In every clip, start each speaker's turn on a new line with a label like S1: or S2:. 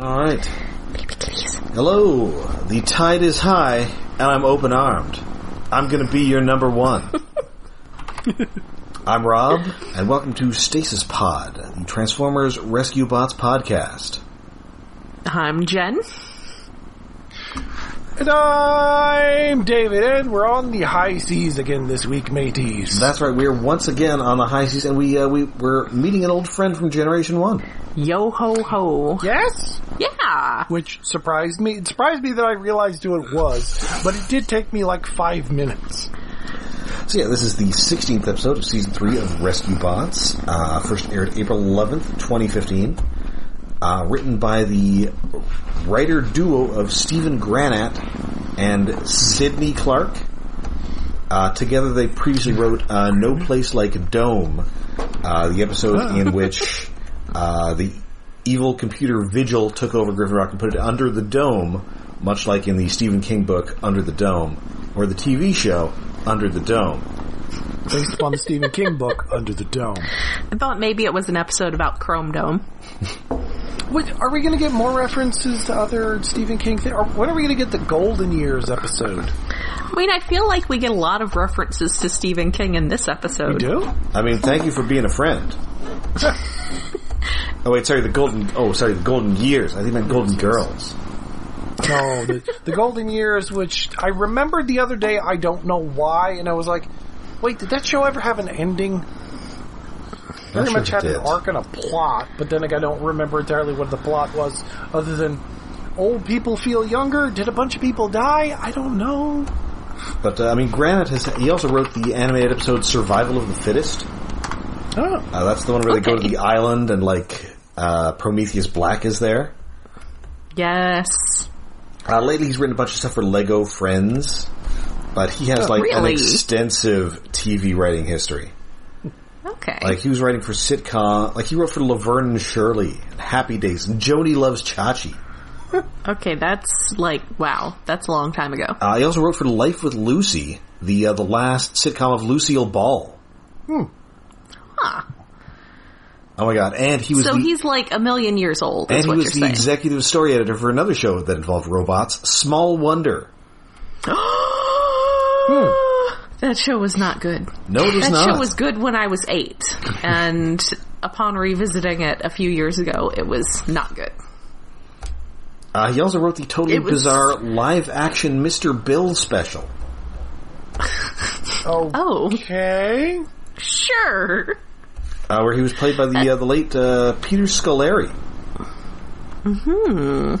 S1: All right. Hello. The tide is high, and I'm open armed. I'm going to be your number one. I'm Rob, and welcome to Stasis Pod, the Transformers Rescue Bots podcast.
S2: I'm Jen.
S3: And I'm David, and we're on the high seas again this week, mateys.
S1: That's right. We're once again on the high seas, and we uh, we we're meeting an old friend from Generation One.
S2: Yo ho ho.
S3: yes,
S2: Yeah.
S3: which surprised me. It surprised me that I realized who it was, but it did take me like five minutes.
S1: So yeah, this is the 16th episode of season three of Rescue Bots. Uh, first aired April 11th, 2015. Uh, written by the writer duo of Stephen Granat and Sidney Clark. Uh, together, they previously wrote uh, "No Place Like Dome," uh, the episode in which uh, the evil computer Vigil took over Griffin Rock and put it under the dome, much like in the Stephen King book "Under the Dome" or the TV show "Under the Dome."
S3: Based upon the Stephen King book, Under the Dome.
S2: I thought maybe it was an episode about Chrome Dome.
S3: Wait, are we going to get more references to other Stephen King things? When are we going to get the Golden Years episode?
S2: I mean, I feel like we get a lot of references to Stephen King in this episode.
S3: do?
S1: I mean, thank you for being a friend. Oh wait, sorry, the golden. Oh, sorry, the golden years. I think meant golden girls.
S3: No, the, the Golden Years, which I remembered the other day, I don't know why, and I was like, wait, did that show ever have an ending? Very
S1: sure
S3: much
S1: it
S3: had an
S1: did.
S3: arc and a plot, but then like, I don't remember entirely what the plot was, other than old people feel younger. Did a bunch of people die? I don't know.
S1: But uh, I mean, Granite has. He also wrote the animated episode "Survival of the Fittest."
S3: Oh,
S1: Uh, that's the one where they go to
S2: Okay.
S1: the island and like uh, Prometheus Black is there.
S2: Yes.
S1: Uh, lately, he's written a bunch of stuff for Lego Friends, but he has like an
S2: really?
S1: extensive TV writing history.
S2: Okay.
S1: Like he was writing for sitcom. Like he wrote for Laverne and Shirley, and Happy Days, and Joni Loves Chachi.
S2: okay, that's like, wow, that's a long time ago.
S1: Uh, he also wrote for Life with Lucy, the uh, the last sitcom of Lucille Ball.
S2: Hmm. Huh.
S1: Oh my god! And he was
S2: So
S1: the,
S2: he's like a million years old,
S1: and
S2: is
S1: he
S2: what
S1: was
S2: you're
S1: the
S2: saying.
S1: executive story editor for another show that involved robots, Small Wonder.
S2: That show was not good.
S1: Hmm. No, it was
S2: that
S1: not.
S2: show was good when I was eight, and upon revisiting it a few years ago, it was not good.
S1: Uh, he also wrote the totally
S2: It was-
S1: bizarre live action Mr. Bill special.
S2: Oh,
S3: okay.
S2: sure.
S1: uh, where he was played by the uh, the late uh, Peter Scolari. Hmm.
S2: Hmm.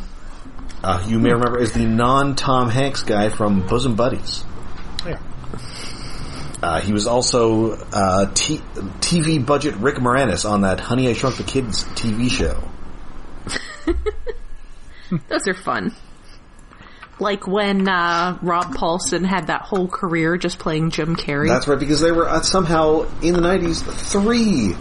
S1: Uh, you may remember as the non Tom Hanks guy from Bosom Buddies.
S3: Yeah.
S1: Uh, he was also uh, t- TV budget Rick Moranis on that Honey I Shrunk the Kids TV show.
S2: Those are fun. Like when uh, Rob Paulson had that whole career just playing Jim Carrey.
S1: That's right, because they were uh, somehow in the nineties three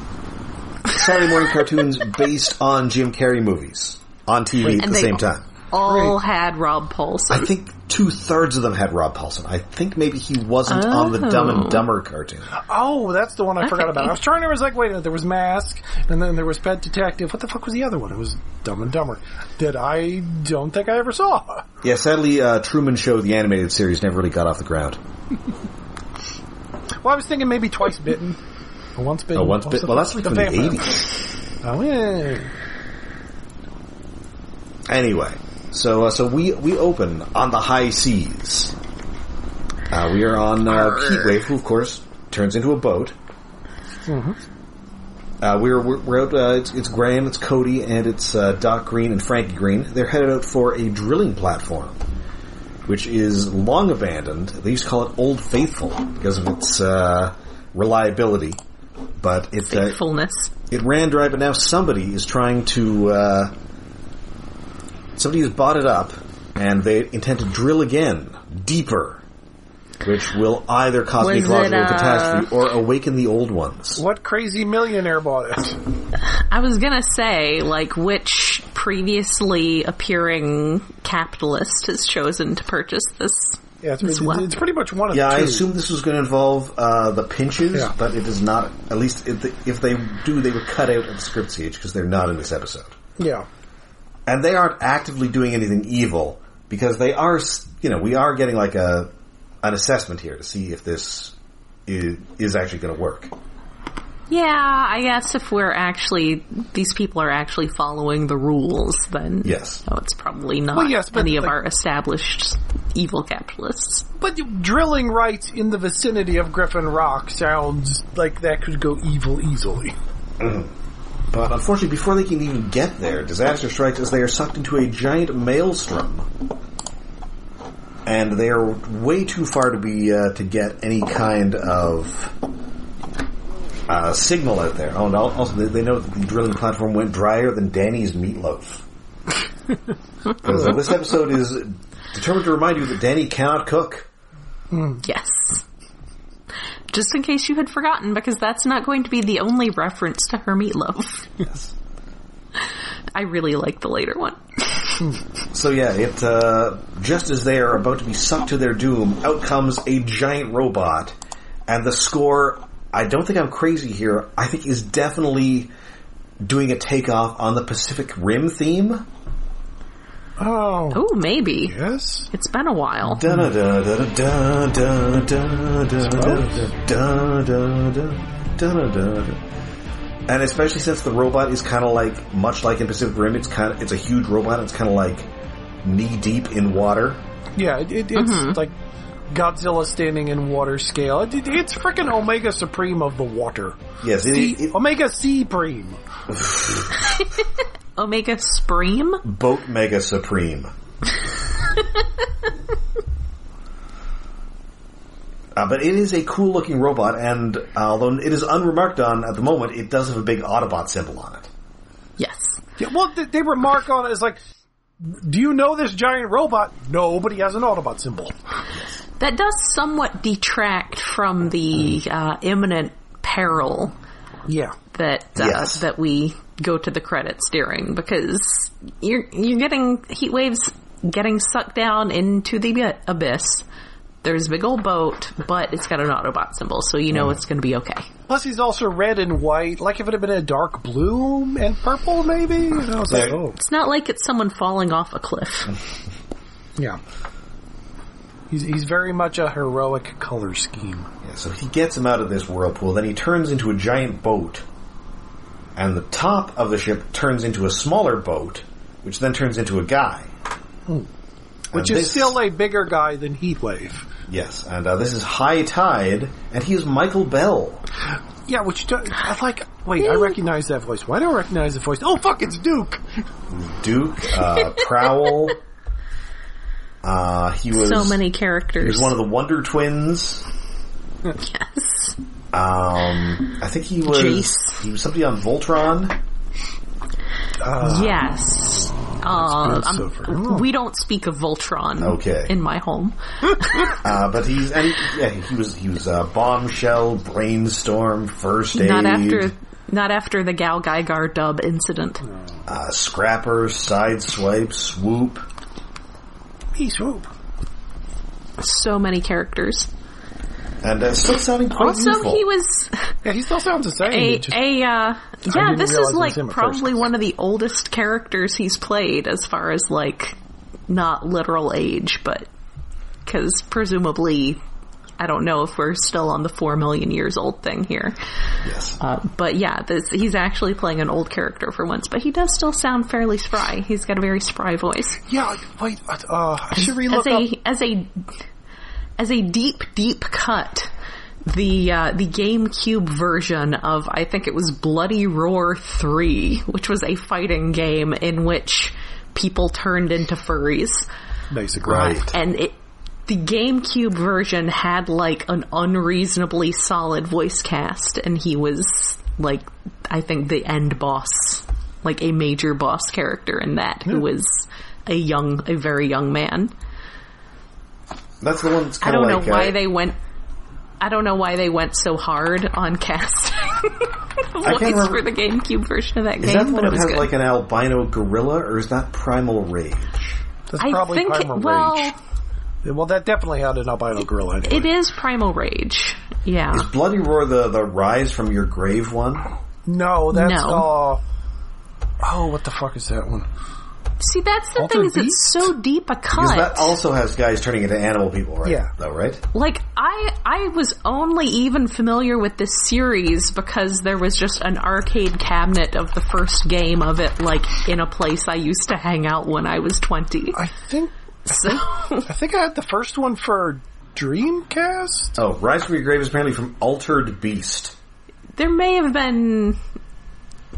S1: Saturday morning cartoons based on Jim Carrey movies on TV at
S2: And
S1: the
S2: they-
S1: same time.
S2: All had Rob
S1: I
S2: Paulson.
S1: think two thirds of them had Rob Paulson. I think maybe he wasn't on the Dumb and Dumber cartoon.
S3: Oh, that's the one I forgot
S2: Okay.
S3: about. I was trying to, I was like, wait a minute, there was Mask, and then there was Pet Detective. What the fuck was the other one? It was Dumb and Dumber that I don't think I ever saw.
S1: Yeah, sadly, uh, Truman Show, the animated series, never really got off the ground.
S3: Well, I was thinking maybe twice bitten. Or once bitten.
S1: Oh, once bit.
S3: the
S1: Well,
S3: fuck-
S1: that's like from the
S3: vampire.
S1: eighties.
S3: Oh, yeah.
S1: Anyway, so uh, so we we open on the high seas. Uh, we are on uh, Heatwave, who of course turns into a boat. Uh, we're, we're we're out. Uh, it's, it's Graham, it's Cody, and it's uh, Doc Green and Frankie Green. They're headed out for a drilling platform, which is long abandoned. They used to call it Old Faithful because of its uh, reliability, but it uh,
S2: Faithfulness.
S1: it ran dry, but now somebody is trying to. Uh, somebody has bought it up, and they intend to drill again, deeper, which will either cause an
S2: Was it,
S1: ecological
S2: uh,
S1: catastrophe or awaken the old ones.
S3: What crazy millionaire bought it?
S2: I was gonna say, like, which previously appearing capitalist has chosen to purchase this?
S3: Yeah, it's,
S2: It's
S3: pretty-
S2: what?
S3: it's pretty much one of
S1: Yeah,
S3: the
S1: I
S3: two.
S1: assume this was going to involve uh, the pinches,
S3: Yeah.
S1: but it is not. At least if they, if they do, they were cut out of the script siege because they're not in this episode.
S3: Yeah.
S1: and they aren't actively doing anything evil because they are, s- you know, we are getting like a an assessment here to see if this is, is actually going to work.
S2: Yeah, I guess if we're actually these people are actually following the rules, then
S1: Yes.
S2: no, it's probably not
S3: Well, yes, but,
S2: any of
S3: like-
S2: our established evil capitalists.
S3: But drilling right in the vicinity of Griffin Rock sounds like that could go evil easily.
S1: But unfortunately, before they can even get there, disaster strikes as they are sucked into a giant maelstrom, and they are way too far to be uh, to get any kind of uh, signal out there. Oh, and al- also they, they know that the drilling platform went drier than Danny's meatloaf. so this episode is determined to remind you that Danny cannot cook.
S2: Yes. Just in case you had forgotten, because that's not going to be the only reference to her meatloaf.
S1: Yes.
S2: I really like the later one.
S1: So yeah, it uh, just as they are about to be sucked to their doom, out comes a giant robot, and the score. I don't think I'm crazy here. I think is definitely doing a takeoff on the Pacific Rim theme.
S3: Oh.
S2: Oh, maybe.
S3: Yes?
S2: It's been a while.
S1: Da da da da da da da da da da da da And especially since the robot is kind of like, much like in Pacific Rim, it's kind of it's a huge robot. It's kind of like knee deep in water.
S3: Yeah, it, it, it's like Godzilla standing in water scale. It, it- it's freaking Omega Supreme of the water.
S1: Yes, it, it,
S3: Omega Supreme.
S2: Omega Spream?
S1: Boat Mega Supreme. Uh, but it is a cool looking robot, and uh, although it is unremarked on at the moment, it does have a big Autobot symbol on it.
S2: Yes.
S3: Yeah, well, th- they remark on it as like, do you know this giant robot? No, but he has an Autobot symbol.
S2: That does somewhat detract from the uh, imminent peril
S3: Yeah.
S2: that uh,
S1: Yes.
S2: that we go to the credits during because you're you're getting heat waves getting sucked down into the ab- abyss. There's a big old boat, but it's got an Autobot symbol, so you
S1: Mm.
S2: know it's going to be okay.
S3: Plus, he's also red and white, like if it had been a dark blue and purple, maybe? And I was like,
S1: Yeah.
S3: oh.
S2: It's not like it's someone falling off a cliff.
S3: Yeah. He's, he's very much a heroic color scheme.
S1: Yeah, so he gets him out of this whirlpool, then he turns into a giant boat, and the top of the ship turns into a smaller boat, which then turns into a guy.
S3: Hmm. Which
S1: And
S3: is
S1: Uh, this-
S3: still a bigger guy than Heatwave.
S1: Yes, and uh, this is High Tide, and he is Michael Bell.
S3: Yeah, which do, I like. Wait, I recognize that voice. Why do I recognize the voice? Oh, fuck, it's Duke.
S1: Duke, uh, Prowl. Uh, he was
S2: so many
S1: He
S2: characters.
S1: was one of the Wonder Twins.
S2: yes.
S1: Um, I think he was
S2: Jace.
S1: he was somebody on Voltron. Ah.
S2: yes. Uh,
S3: good
S2: I'm-
S3: so far.
S2: we don't speak of Voltron
S1: Okay.
S2: in my home.
S1: Uh, but he's and he, yeah, he was he was uh, Bombshell, Brainstorm, First Aid,
S2: Not after not after the Gal Geiger dub incident.
S1: uh, Scrapper, Sideswipe, Swoop.
S3: Peace, whoop.
S2: So many characters.
S1: And uh, still sounding quite
S2: Also,
S1: youthful.
S2: he was
S3: Yeah, he still sounds the same.
S2: a,
S3: It just-
S2: a uh, yeah.
S3: didn't
S2: This
S3: realize
S2: is
S3: it was
S2: like
S3: him at
S2: probably one of the oldest characters he's played, as far as like not literal age, but because presumably, I don't know if we're still on the four million years old thing here.
S1: yes.
S2: Uh, but yeah, this, he's actually playing an old character for once, but he does still sound fairly spry. He's got a very spry voice.
S3: yeah, wait, uh, uh, I should
S2: as
S3: relook
S2: a
S3: up.
S2: as a as a deep deep cut the uh, the GameCube version of I think it was Bloody Roar Three, which was a fighting game in which people turned into furries,
S3: Basic
S1: Right.
S2: and it. The GameCube version had like an unreasonably solid voice cast, and he was like, I think the end boss, like a major boss character in that, who was a young, a very young man.
S1: That's the one that's
S2: I
S1: kind of
S2: don't
S1: like
S2: know why
S1: uh,
S2: they went. I don't know why they went so hard on casting the
S1: can't
S2: voice
S1: remember-
S2: for the GameCube version of that
S1: Is
S2: game,
S1: that the one
S2: but
S1: that
S2: it was
S1: has
S2: good.
S1: like an albino gorilla, or is that Primal Rage?
S3: That's
S2: I
S3: probably
S2: think
S3: Primal
S2: it, well,
S3: Rage. Well, that definitely had an albino gorilla in it.
S2: it is Primal Rage. Yeah,
S1: Is Bloody Roar the the rise from your grave one?
S3: No, that's
S2: No.
S3: uh, oh, what the fuck is that one?
S2: See, that's the
S3: Altered
S2: thing is
S3: Beast?
S2: it's so deep a cut.
S1: Because that also has guys turning into animal people, right?
S3: Yeah.
S1: Though, right?
S2: like I I was only even familiar with this series because there was just an arcade cabinet of the first game of it like in a place I used to hang out when I was 20.
S3: I think
S2: So
S3: I think I had the first one for Dreamcast.
S1: Oh, Rise from Your Grave is apparently from Altered Beast.
S2: there may have been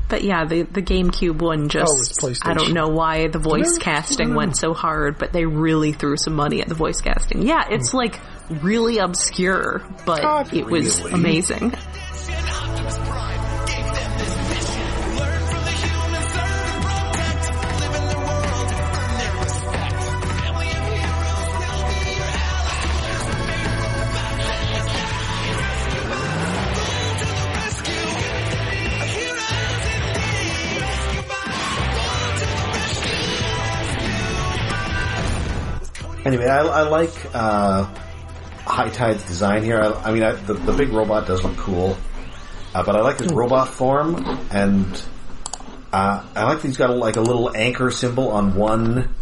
S2: but yeah, the the GameCube one just
S3: Oh, it's PlayStation.
S2: I don't know why the voice
S3: No,
S2: casting
S3: no.
S2: went so hard, but they really threw some money at the voice casting. Yeah, it's like really obscure, but
S3: Hmm. Not
S2: it was
S3: really.
S2: amazing.
S1: Anyway, I, I like uh, High Tide's design here. I, I mean, I, the, the big robot does look cool, uh, but I like his robot form, and uh, I like that he's got a, like a little anchor symbol on one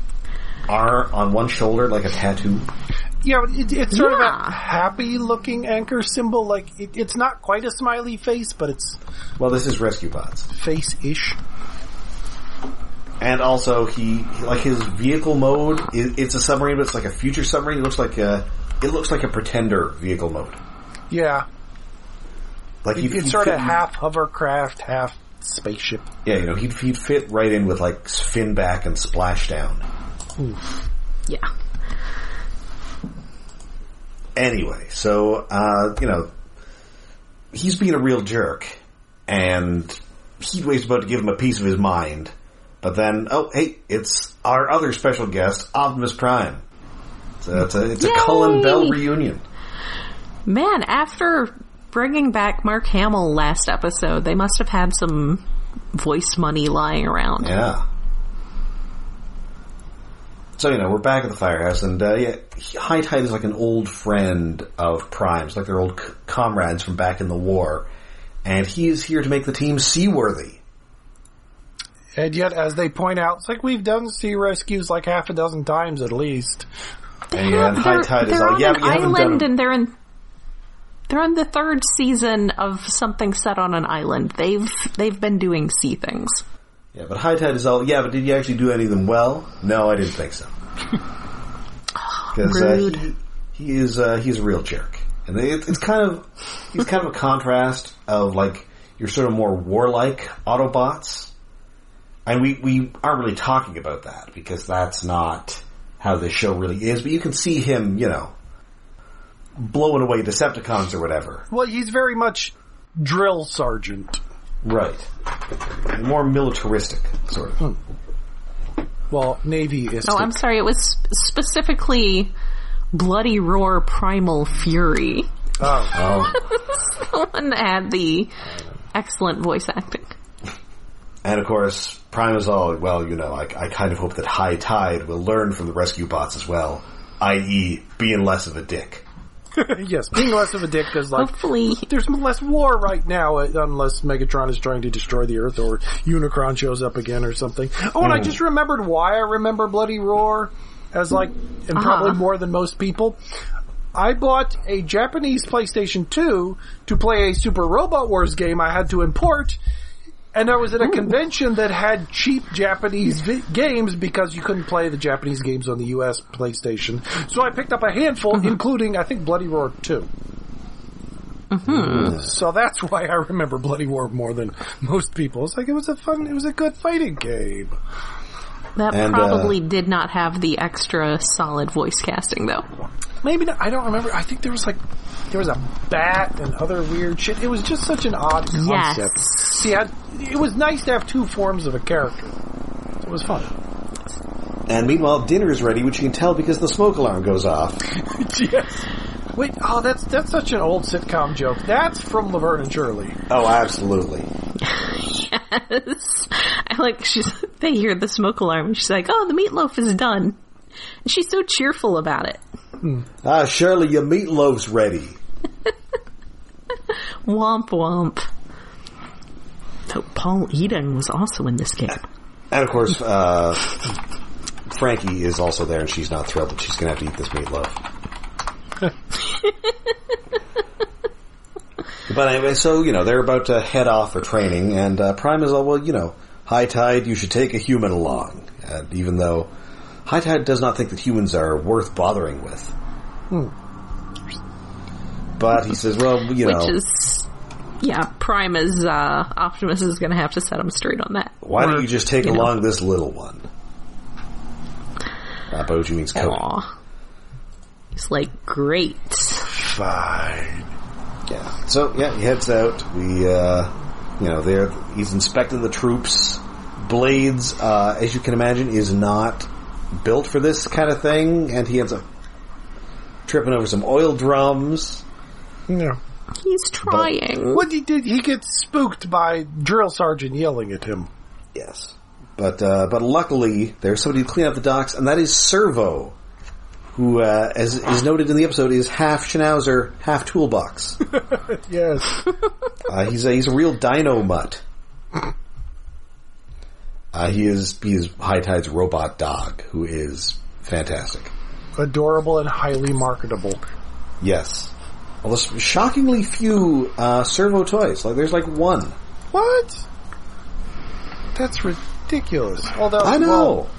S1: arm, on one shoulder, like a tattoo.
S3: Yeah, but it, it's sort of
S2: Yeah.
S3: a happy looking anchor symbol. Like it, it's not quite a smiley face, but it's
S1: Well, this is Rescue Bots,
S3: face ish.
S1: and also he like his vehicle mode. It, it's a submarine, but it's like a future submarine. It looks like a it looks like a pretender vehicle mode.
S3: Yeah,
S1: Like
S3: it,
S1: he'd-
S3: it's
S1: he'd
S3: sort of
S1: fit-
S3: half hovercraft, half spaceship.
S1: Yeah, you know, he'd, he'd fit right in with like fin back and splashdown.
S2: Yeah.
S1: Anyway, so uh, you know, he's being a real jerk, and Heatwave's about to give him a piece of his mind, but then oh hey, it's our other special guest, Optimus Prime. So it's a it's
S2: Yay!
S1: a Cullen Bell reunion.
S2: Man, after bringing back Mark Hamill last episode, they must have had some voice money lying around.
S1: Yeah. So you know we're back at the firehouse, and uh, yeah, he- High Tide is like an old friend of Prime's, like their old c- comrades from back in the war, and he is here to make the team seaworthy.
S3: And yet, as they point out, it's like we've done sea rescues like half a dozen times at least.
S1: And, yeah, and High
S2: they're
S1: Tide is
S2: they're
S1: like,
S2: on
S1: yeah,
S2: an
S1: but you haven't done
S2: island,
S1: it.
S2: and they're in they're on the third season of something set on an island. They've they've been doing sea things.
S1: Yeah, but High Tide is all, yeah, but did you actually do any of them well? No, I didn't think so. Because uh,
S2: Rude.
S1: he, he is uh, he's a real jerk, and it, it's kind of he's kind of a contrast of like your sort of more warlike Autobots, and we we aren't really talking about that because that's not how this show really is. But you can see him, you know, blowing away Decepticons or whatever,
S3: Well, he's very much drill sergeant.
S1: right? More militaristic, sort of.
S3: Well, Navy is.
S2: Oh, I'm sorry, it was sp- specifically Bloody Roar Primal Fury.
S3: Oh.
S1: Oh.
S2: Someone had the excellent voice acting.
S1: And of course, Prime is all, well, you know, I, I kind of hope that High Tide will learn from the rescue bots as well, i.e., being less of a dick.
S3: yes, being less of a dick because like
S2: Hopefully,
S3: there's less war right now uh, unless Megatron is trying to destroy the Earth or Unicron shows up again or something. Oh, and I just remembered why I remember Bloody Roar as like, and probably more than most people. I bought a Japanese PlayStation 2 to play a Super Robot Wars game I had to import. And I was at a convention that had cheap Japanese vi- games because you couldn't play the Japanese games on the US PlayStation. So I picked up a handful, including, I think, Bloody Roar 2. So that's why I remember Bloody War more than most people. It's like it was a fun, it was a good fighting game.
S2: that
S1: And, uh,
S2: probably did not have the extra solid voice casting though.
S3: Maybe not, I don't remember. I think there was like there was a bat and other weird shit. It was just such an odd
S2: Yes.
S3: concept. See, I, it was nice to have two forms of a character. It was fun.
S1: And meanwhile, dinner is ready, which you can tell because the smoke alarm goes off.
S3: yes. Wait, oh, that's that's such an old sitcom joke. That's from Laverne and Shirley.
S1: Oh, absolutely.
S2: Yes. I like she's they hear the smoke alarm and she's like, Oh, the meatloaf is done. And she's so cheerful about it.
S1: Ah, Shirley, your meatloaf's ready.
S2: Womp womp. So Paul Eden was also in this game.
S1: And of course, uh, Frankie is also there, and she's not thrilled that she's going to have to eat this meatloaf. but anyway, so you know they're about to head off for training, and uh, Prime is all well. You know, High Tide, you should take a human along, and even though High Tide does not think that humans are worth bothering with.
S2: Hmm.
S1: But he says, well, you know,
S2: Which is, yeah, Prima's, uh, Optimus is gonna have to set him straight on that.
S1: Why
S2: Or,
S1: don't you just take
S2: know.
S1: along this little one? Uh, Boju means Cody.
S2: Aw. He's like, great.
S3: Fine.
S1: Yeah. So yeah, he heads out. We, uh, you know, there he's inspecting the troops. Blades, uh, as you can imagine, is not built for this kind of thing, and he ends up tripping over some oil drums.
S3: Yeah.
S2: He's trying.
S3: What he did, he gets spooked by drill sergeant yelling at him.
S1: Yes. But uh, but luckily, there's somebody to clean up the docks, and that is Servo, who, uh, as is noted in the episode, is half Schnauzer, half Toolbox.
S3: Yes.
S1: Uh, he's a he's a real dino mutt. Uh, he is he is High Tide's robot dog, who is fantastic.
S3: Adorable and highly marketable.
S1: Yes, although s- shockingly few uh, servo toys. Like there's like one.
S3: What? That's ridiculous. Although
S1: I know.
S3: well,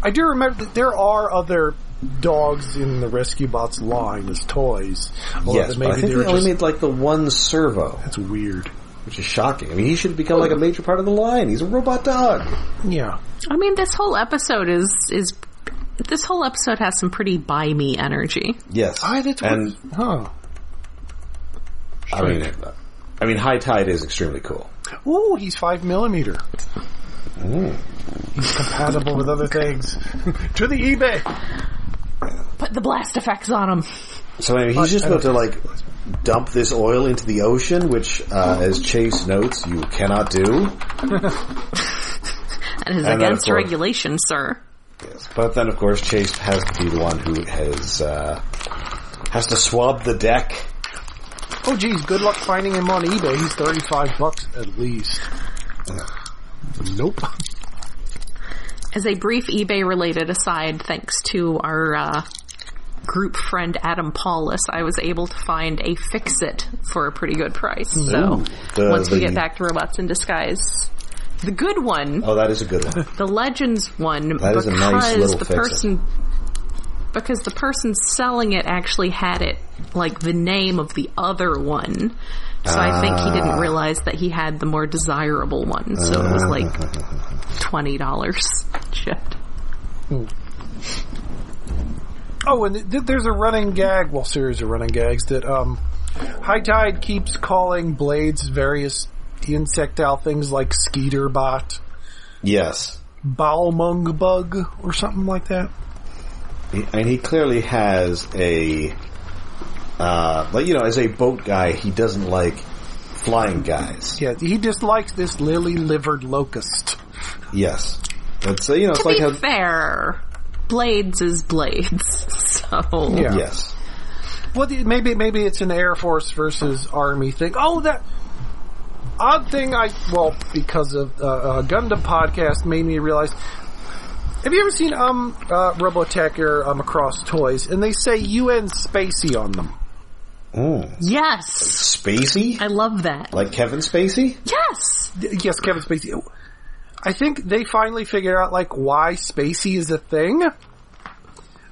S3: I do remember that there are other dogs in the Rescue Bots line as toys. Although
S1: yes,
S3: that
S1: but I
S3: maybe
S1: think
S3: they
S1: they
S3: were
S1: only
S3: just.
S1: made like the one servo,
S3: that's weird.
S1: which is shocking. I mean, he should become like a major part of the line. He's a robot dog.
S3: Yeah.
S2: I mean, this whole episode is, is, this whole episode has some pretty buy me energy.
S1: Yes,
S3: I, that's what-
S1: and
S3: huh.
S1: I mean, uh, I mean, High Tide is extremely cool.
S3: Ooh, he's five millimeter. He's compatible with other things. to the eBay.
S2: Put the blast effects on him.
S1: So I mean, he's just about to like dump this oil into the ocean, which, uh, as Chase notes, you cannot do.
S2: That is
S1: And then,
S2: against
S1: of course-
S2: regulation, sir.
S1: But then, of course, Chase has to be the one who has uh, has to swab the deck.
S3: Oh, geez, good luck finding him on eBay. He's 35 bucks at least. Nope.
S2: As a brief eBay related aside, thanks to our uh, group friend Adam Paulus, I was able to find a fix it for a pretty good price. So
S1: The-
S2: once we
S1: the-
S2: get back to Robots in Disguise, the good one,
S1: Oh, that is a good one.
S2: the Legends one,
S1: That
S2: because
S1: is a nice little
S2: the
S1: Fix-It.
S2: person because the person selling it actually had it like the name of the other one. So I think he
S1: Ah.
S2: didn't realize that he had the more desirable one. So it was like twenty dollars. Shit.
S3: Oh, and th- there's a running gag, well, series of running gags that um, High Tide keeps calling Blades various insectile things like Skeeter Bot,
S1: Yes,
S3: Balmung Bug, or something like that.
S1: He- and he clearly has a, uh, like you know, as a boat guy, he doesn't like flying guys.
S3: Yeah, he dislikes this lily livered locust.
S1: Yes, but so you know, it's
S2: To
S1: like
S2: be
S1: how
S2: fair, Blades is Blades. So
S3: Yeah.
S1: yes,
S3: Well, the- maybe maybe it's an Air Force versus Army thing. Oh, that odd thing. I well because of uh, uh, Gundam podcast made me realize. Have you ever seen um uh, Robotech or um, Across Toys? And they say UN Spacey on them.
S1: mm.
S2: yes,
S1: Spacey,
S2: I love that.
S1: like Kevin Spacey.
S2: Yes,
S3: Th- Yes, Kevin Spacey. I think they finally figured out like why Spacey is a thing.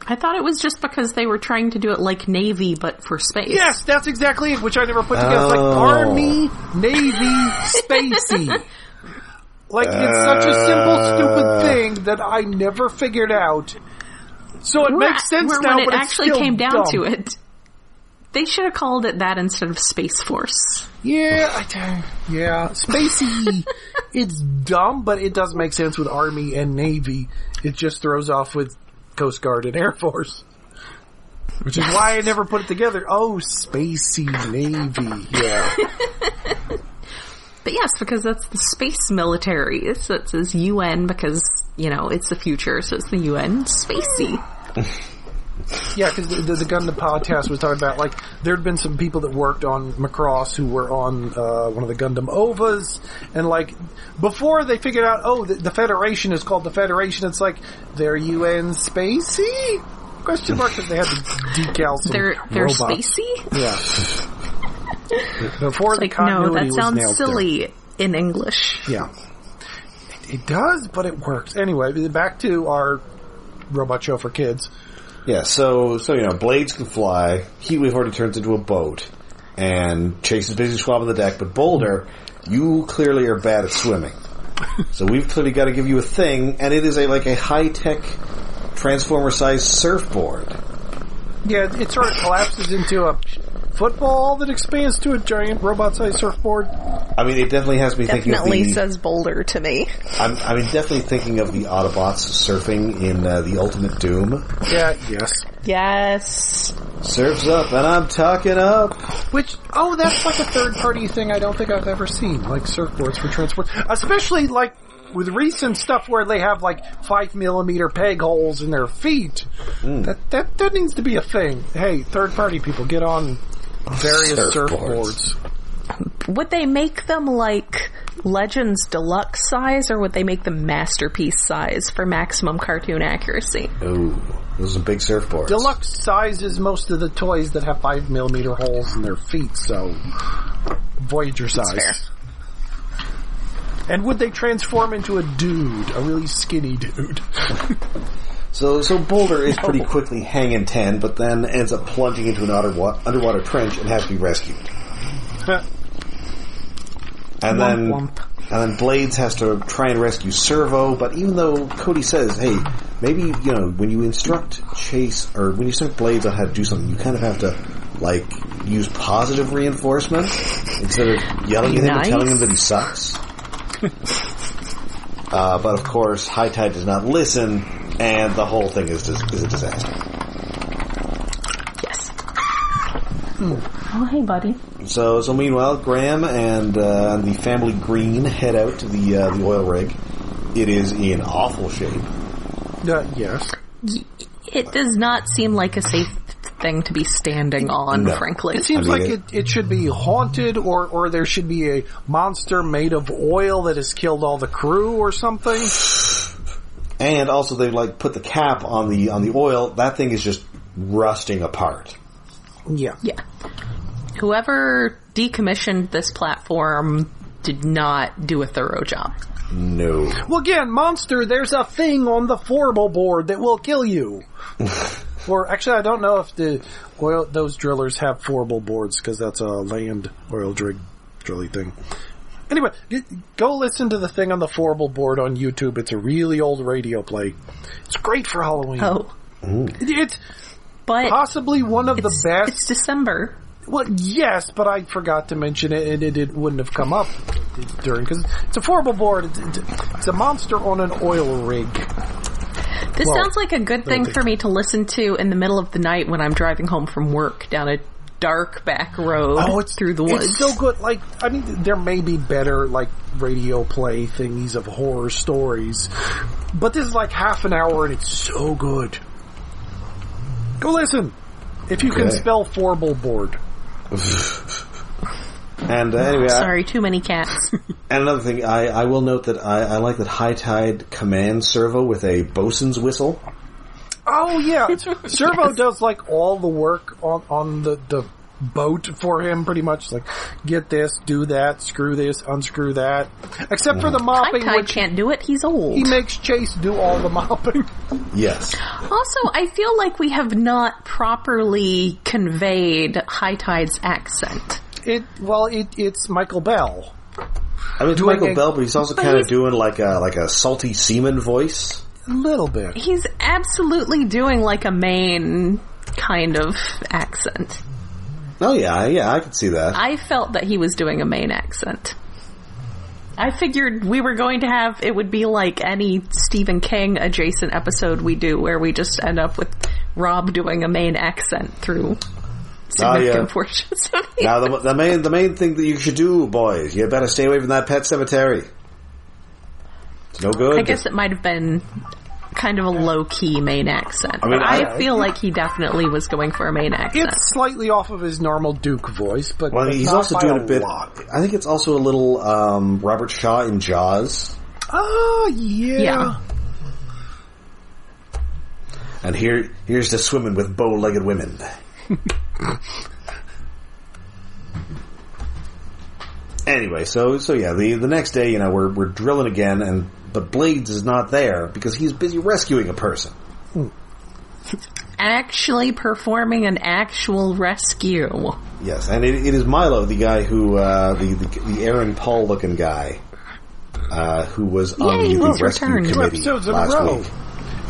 S2: I thought it was just because they were trying to do it like Navy, but for space.
S3: Yes, that's exactly it, which I never put together. It's
S1: Oh.
S3: Like Army, Navy, Spacey. Like it's such a simple,
S1: Uh.
S3: stupid thing that I never figured out. So it
S2: Where-
S3: makes sense
S2: where
S3: now,
S2: when it
S3: but it's
S2: actually
S3: still
S2: came down
S3: dumb.
S2: to it. They should have called it that instead of Space Force.
S3: Yeah, I don't- yeah, Spacey. it's dumb, but it does make sense with Army and Navy. It just throws off with Coast Guard and Air Force. Which is why I never put it together. Oh, Spacey Navy. Yeah.
S2: But yes, because that's the space military. So it says UN because, you know, it's the future, so it's the UN. Spacey.
S3: Yeah, because the, the, the gun the podcast was talking about, like, there'd been some people that worked on Macross who were on uh, one of the Gundam OVAs, and like, before they figured out, oh, the, the Federation is called the Federation, it's like, they're UN spacey? Question mark if they had to decal some
S2: They're they're
S3: robot.
S2: spacey.
S3: Yeah. Before the
S2: Like no,
S3: continuity
S2: that
S3: was
S2: sounds
S3: nailed there.
S2: silly in English.
S3: Yeah. It, it does, but it works. Anyway, back to our robot show for kids.
S1: Yeah, so so you know, blades can fly. Heat Wave already turns into a boat, and Chase is busy swabbing the deck. But Boulder, you clearly are bad at swimming, so we've clearly got to give you a thing, and it is a like a high tech transformer sized surfboard.
S3: Yeah, it, it sort of collapses into a football that expands to a giant robot-sized surfboard.
S1: I mean, it definitely has me thinking of
S4: Definitely
S1: the.
S4: says Boulder to me.
S1: I'm, I mean, definitely thinking of the Autobots surfing in uh, the Ultimate Doom.
S3: Yeah, yes.
S4: Yes.
S1: Surfs up, and I'm talking up.
S3: Which, oh, that's like a third-party thing I don't think I've ever seen, like surfboards for transport. Especially, like, with recent stuff where they have, like, five-millimeter peg holes in their feet. That, that, that needs to be a thing. Hey, third-party people, get on various
S1: Surfboards.
S3: surfboards.
S2: Would they make them like Legends Deluxe size, or would they make them masterpiece size for maximum cartoon accuracy?
S1: Ooh, this is a big surfboard.
S3: Deluxe sizes most of the toys that have five millimeter holes in their feet, so Voyager size. And would they transform into a dude, a really skinny dude?
S1: So, so Boulder is
S3: Oh.
S1: pretty quickly hanging ten, but then ends up plunging into an underwater, underwater trench and has to be rescued.
S3: Uh,
S1: And then,
S3: womp.
S1: and then Blades has to try and rescue Servo. But even though Cody says, "Hey, maybe you know when you instruct Chase or when you instruct Blades on how to do something, you kind of have to like use positive reinforcement instead of yelling at him and
S2: Nice.
S1: telling him that he sucks." Uh, but of course, High Tide does not listen, and the whole thing is, dis- is a disaster.
S2: Yes. Oh, hey, buddy.
S1: So, so meanwhile, Graham and uh, the family Green head out to the uh, the oil rig. It is in awful shape.
S3: Uh, yes.
S2: It does not seem like a safe thing to be standing on,
S1: No.
S2: frankly.
S3: It seems
S1: I mean,
S3: like
S1: it-
S3: it, it should be haunted, or, or there should be a monster made of oil that has killed all the crew or something.
S1: And also, they like put the cap on the on the oil. That thing is just rusting apart.
S3: Yeah.
S2: Yeah. Whoever decommissioned this platform did not do a thorough job.
S1: No,
S3: Well, again, monster, there's a thing on the formal board that will kill you. or actually, I don't know if the oil those drillers have formal boards because that's a land oil drig drilly thing. Anyway, g- go listen to the thing on the formal board on YouTube. It's a really old radio play. It's great for Halloween.
S2: Oh,
S3: It's
S2: but
S3: possibly one of the
S2: it's,
S3: best.
S2: it's December.
S3: Well, yes, but I forgot to mention it, and it, it wouldn't have come up during because it's a formal board. It's, it's a monster on an oil rig.
S2: This
S3: Well,
S2: sounds like a good thing for me to listen to in the middle of the night when I'm driving home from work down a dark back road through the woods.
S3: Oh, It's so good. Like, I mean, there may be better, like, radio play thingies of horror stories, but this is like half an hour and it's so good. Go listen. If you can
S1: Okay.
S3: spell formal board.
S1: and uh, anyway, I-
S2: Oh, Sorry, too many cats.
S1: and another thing, I, I will note that I, I like that High Tide commands Servo with a bosun's whistle.
S3: Oh yeah, Servo does like all the work on on the the boat for him pretty much like get this do that screw this unscrew that except for the mopping
S2: Ty
S3: which
S2: can't do it. He's old.
S3: he makes chase do all the mopping
S1: Yes,
S2: Also, I feel like we have not properly conveyed High Tide's accent.
S3: it well it it's michael bell
S1: I mean it's
S3: Doing
S1: Michael
S3: a-
S1: Bell, but he's also
S2: But
S1: kind of
S2: he's-
S1: doing like a like a salty seaman voice.
S3: A little bit.
S2: He's absolutely doing like a Maine kind of accent.
S1: Oh yeah, yeah, I can see that.
S2: I felt that he was doing a Maine accent. I figured we were going to have it would be like any Stephen King adjacent episode we do where we just end up with Rob doing a Maine accent through significant portions of the
S1: Now the, the main the main thing that you should do, boys, you better stay away from that pet cemetery. It's no good.
S2: I guess it might have been kind of a low key main accent. I,
S5: mean,
S2: I,
S5: I-
S2: feel like he definitely was going for a main accent.
S3: It's slightly off of his normal Duke voice, but
S5: Well,
S3: it's
S1: He's
S3: not
S1: also
S3: by
S1: doing a bit.
S3: lot.
S1: I think it's also a little um, Robert Shaw in Jaws,
S3: Oh yeah.
S2: Yeah.
S1: and here here's to swimming with bow-legged women. anyway, so so yeah, the the next day, you know, we're we're drilling again, and but Blades is not there because he's busy rescuing a person.
S2: Actually performing an actual rescue.
S1: Yes, and it, it is Milo, the guy who uh, the, the the Aaron Paul looking guy, uh, who was on
S2: Yay,
S1: the
S2: he's
S1: rescue
S2: returned. Two
S1: committee
S3: episodes in a
S1: last
S3: row.
S1: week.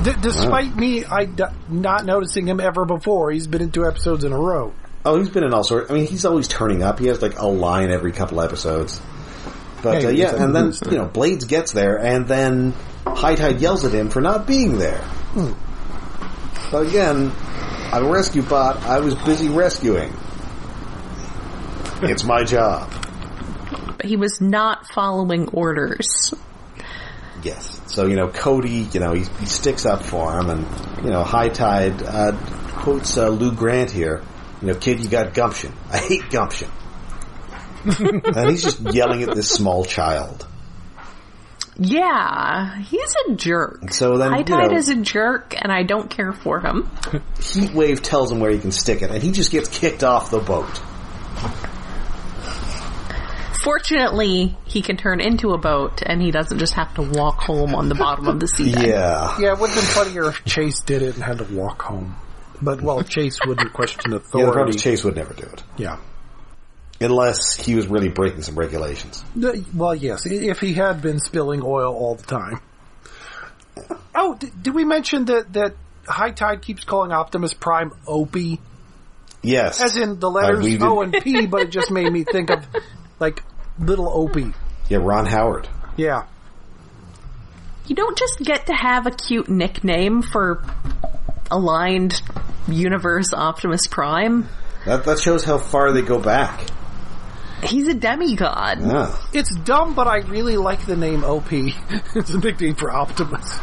S3: D- despite me, I d- not noticing him ever before. He's been in two episodes in a row.
S1: Oh, he's been in all sorts. I mean, he's always turning up. He has like a line every couple episodes. But
S3: Yeah,
S1: uh,
S3: he
S1: yeah,
S3: was
S1: and then
S3: unused.
S1: you know Blades gets there, and then High Tide yells at him for not being there. So again, I'm a rescue bot. I was busy rescuing. it's my job.
S2: But he was not following orders.
S1: Yes. So you know, Cody, you know, he, he sticks up for him, and you know, High Tide uh, quotes uh, Lou Grant here. You know, kid, you got gumption. I hate gumption. and he's just yelling at this small child.
S2: Yeah, he's a jerk.
S1: So then,
S2: High
S1: you
S2: Tide
S1: know-
S2: is a jerk, and I don't care for him.
S1: Heatwave tells him where he can stick it, and he just gets kicked off the boat.
S2: Fortunately, he can turn into a boat, and he doesn't just have to walk home on the bottom of the seabed.
S1: Yeah.
S3: Yeah, it would have been funnier if Chase did it and had to walk home. But well, Chase wouldn't question
S1: Yeah, the problem is
S3: authority.
S1: Chase would never do it.
S3: Yeah.
S1: Unless he was really breaking some regulations.
S3: The- Well, yes, i- if he had been spilling oil all the time. Oh, d- did we mention that that High Tide keeps calling Optimus Prime Opie,
S1: Yes.
S3: as in the
S1: Like, we
S3: letters
S1: did-
S3: O and P? But it just made me think of like little Opie.
S1: Yeah, Ron Howard.
S3: Yeah.
S2: You don't just get to have a cute nickname for aligned universe Optimus Prime.
S1: That, that shows how far they go back.
S2: He's a demigod.
S1: Yeah.
S3: It's dumb, but I really like the name OP. it's a nickname for Optimus.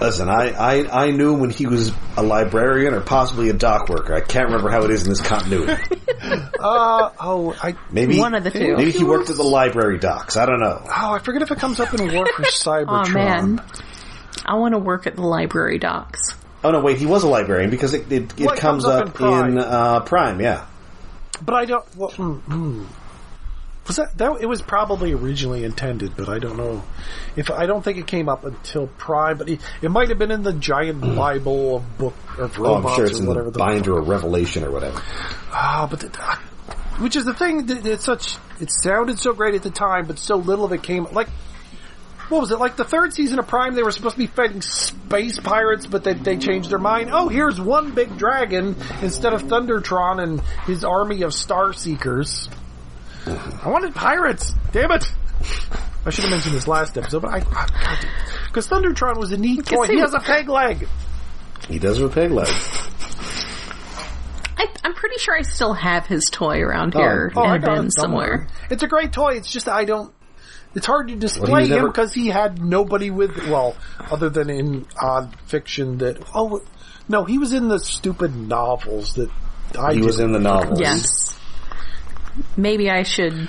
S1: Listen, I, I, I knew when he was a librarian or possibly a dock worker. I can't remember how it is in this continuity.
S3: Uh, oh, I,
S1: Maybe
S2: One of the two.
S1: Maybe he worked at the library docks. I don't know.
S3: oh, I forget if it comes up in War for
S2: Oh
S3: Cybertron.
S2: man. I want to work at the library docks.
S1: Oh no, wait, he was a librarian because it it, it
S3: Well,
S1: comes, up, in Prime. uh, Prime, yeah.
S3: But I don't, well, mm, mm. Was that, that, it was probably originally intended, but I don't know. If, I don't think it came up until Prime, but it, it might have been in the giant Bible of book, of
S1: Mm. Oh,
S3: robots
S1: I'm sure it's
S3: or
S1: in
S3: whatever
S1: the
S3: the
S1: binder or Revelation or whatever.
S3: Ah, but the, ah, which is the thing that it's such. It sounded so great at the time, but so little of it came. Like, what was it? Like the third season of Prime, they were supposed to be fighting space pirates, but they they changed their mind. Oh, here's one big dragon instead of Thundertron and his army of Star Seekers. I wanted pirates. Damn it. I should have mentioned this last episode, but I, because Thundertron was a neat toy.
S2: he
S3: He
S2: was-
S3: has a peg leg.
S1: He does have a pig leg.
S2: I, I'm pretty sure I still have his toy around here
S3: Oh, I
S2: and
S3: got it
S2: been somewhere.
S3: It's a great toy. It's just I don't. It's hard to display
S1: Well, he
S3: him
S1: never-
S3: because he had nobody with. Well, other than in odd fiction that. Oh no, he was in the stupid novels that I.
S1: He was
S3: did.
S1: in the novels.
S2: Yes. Maybe I should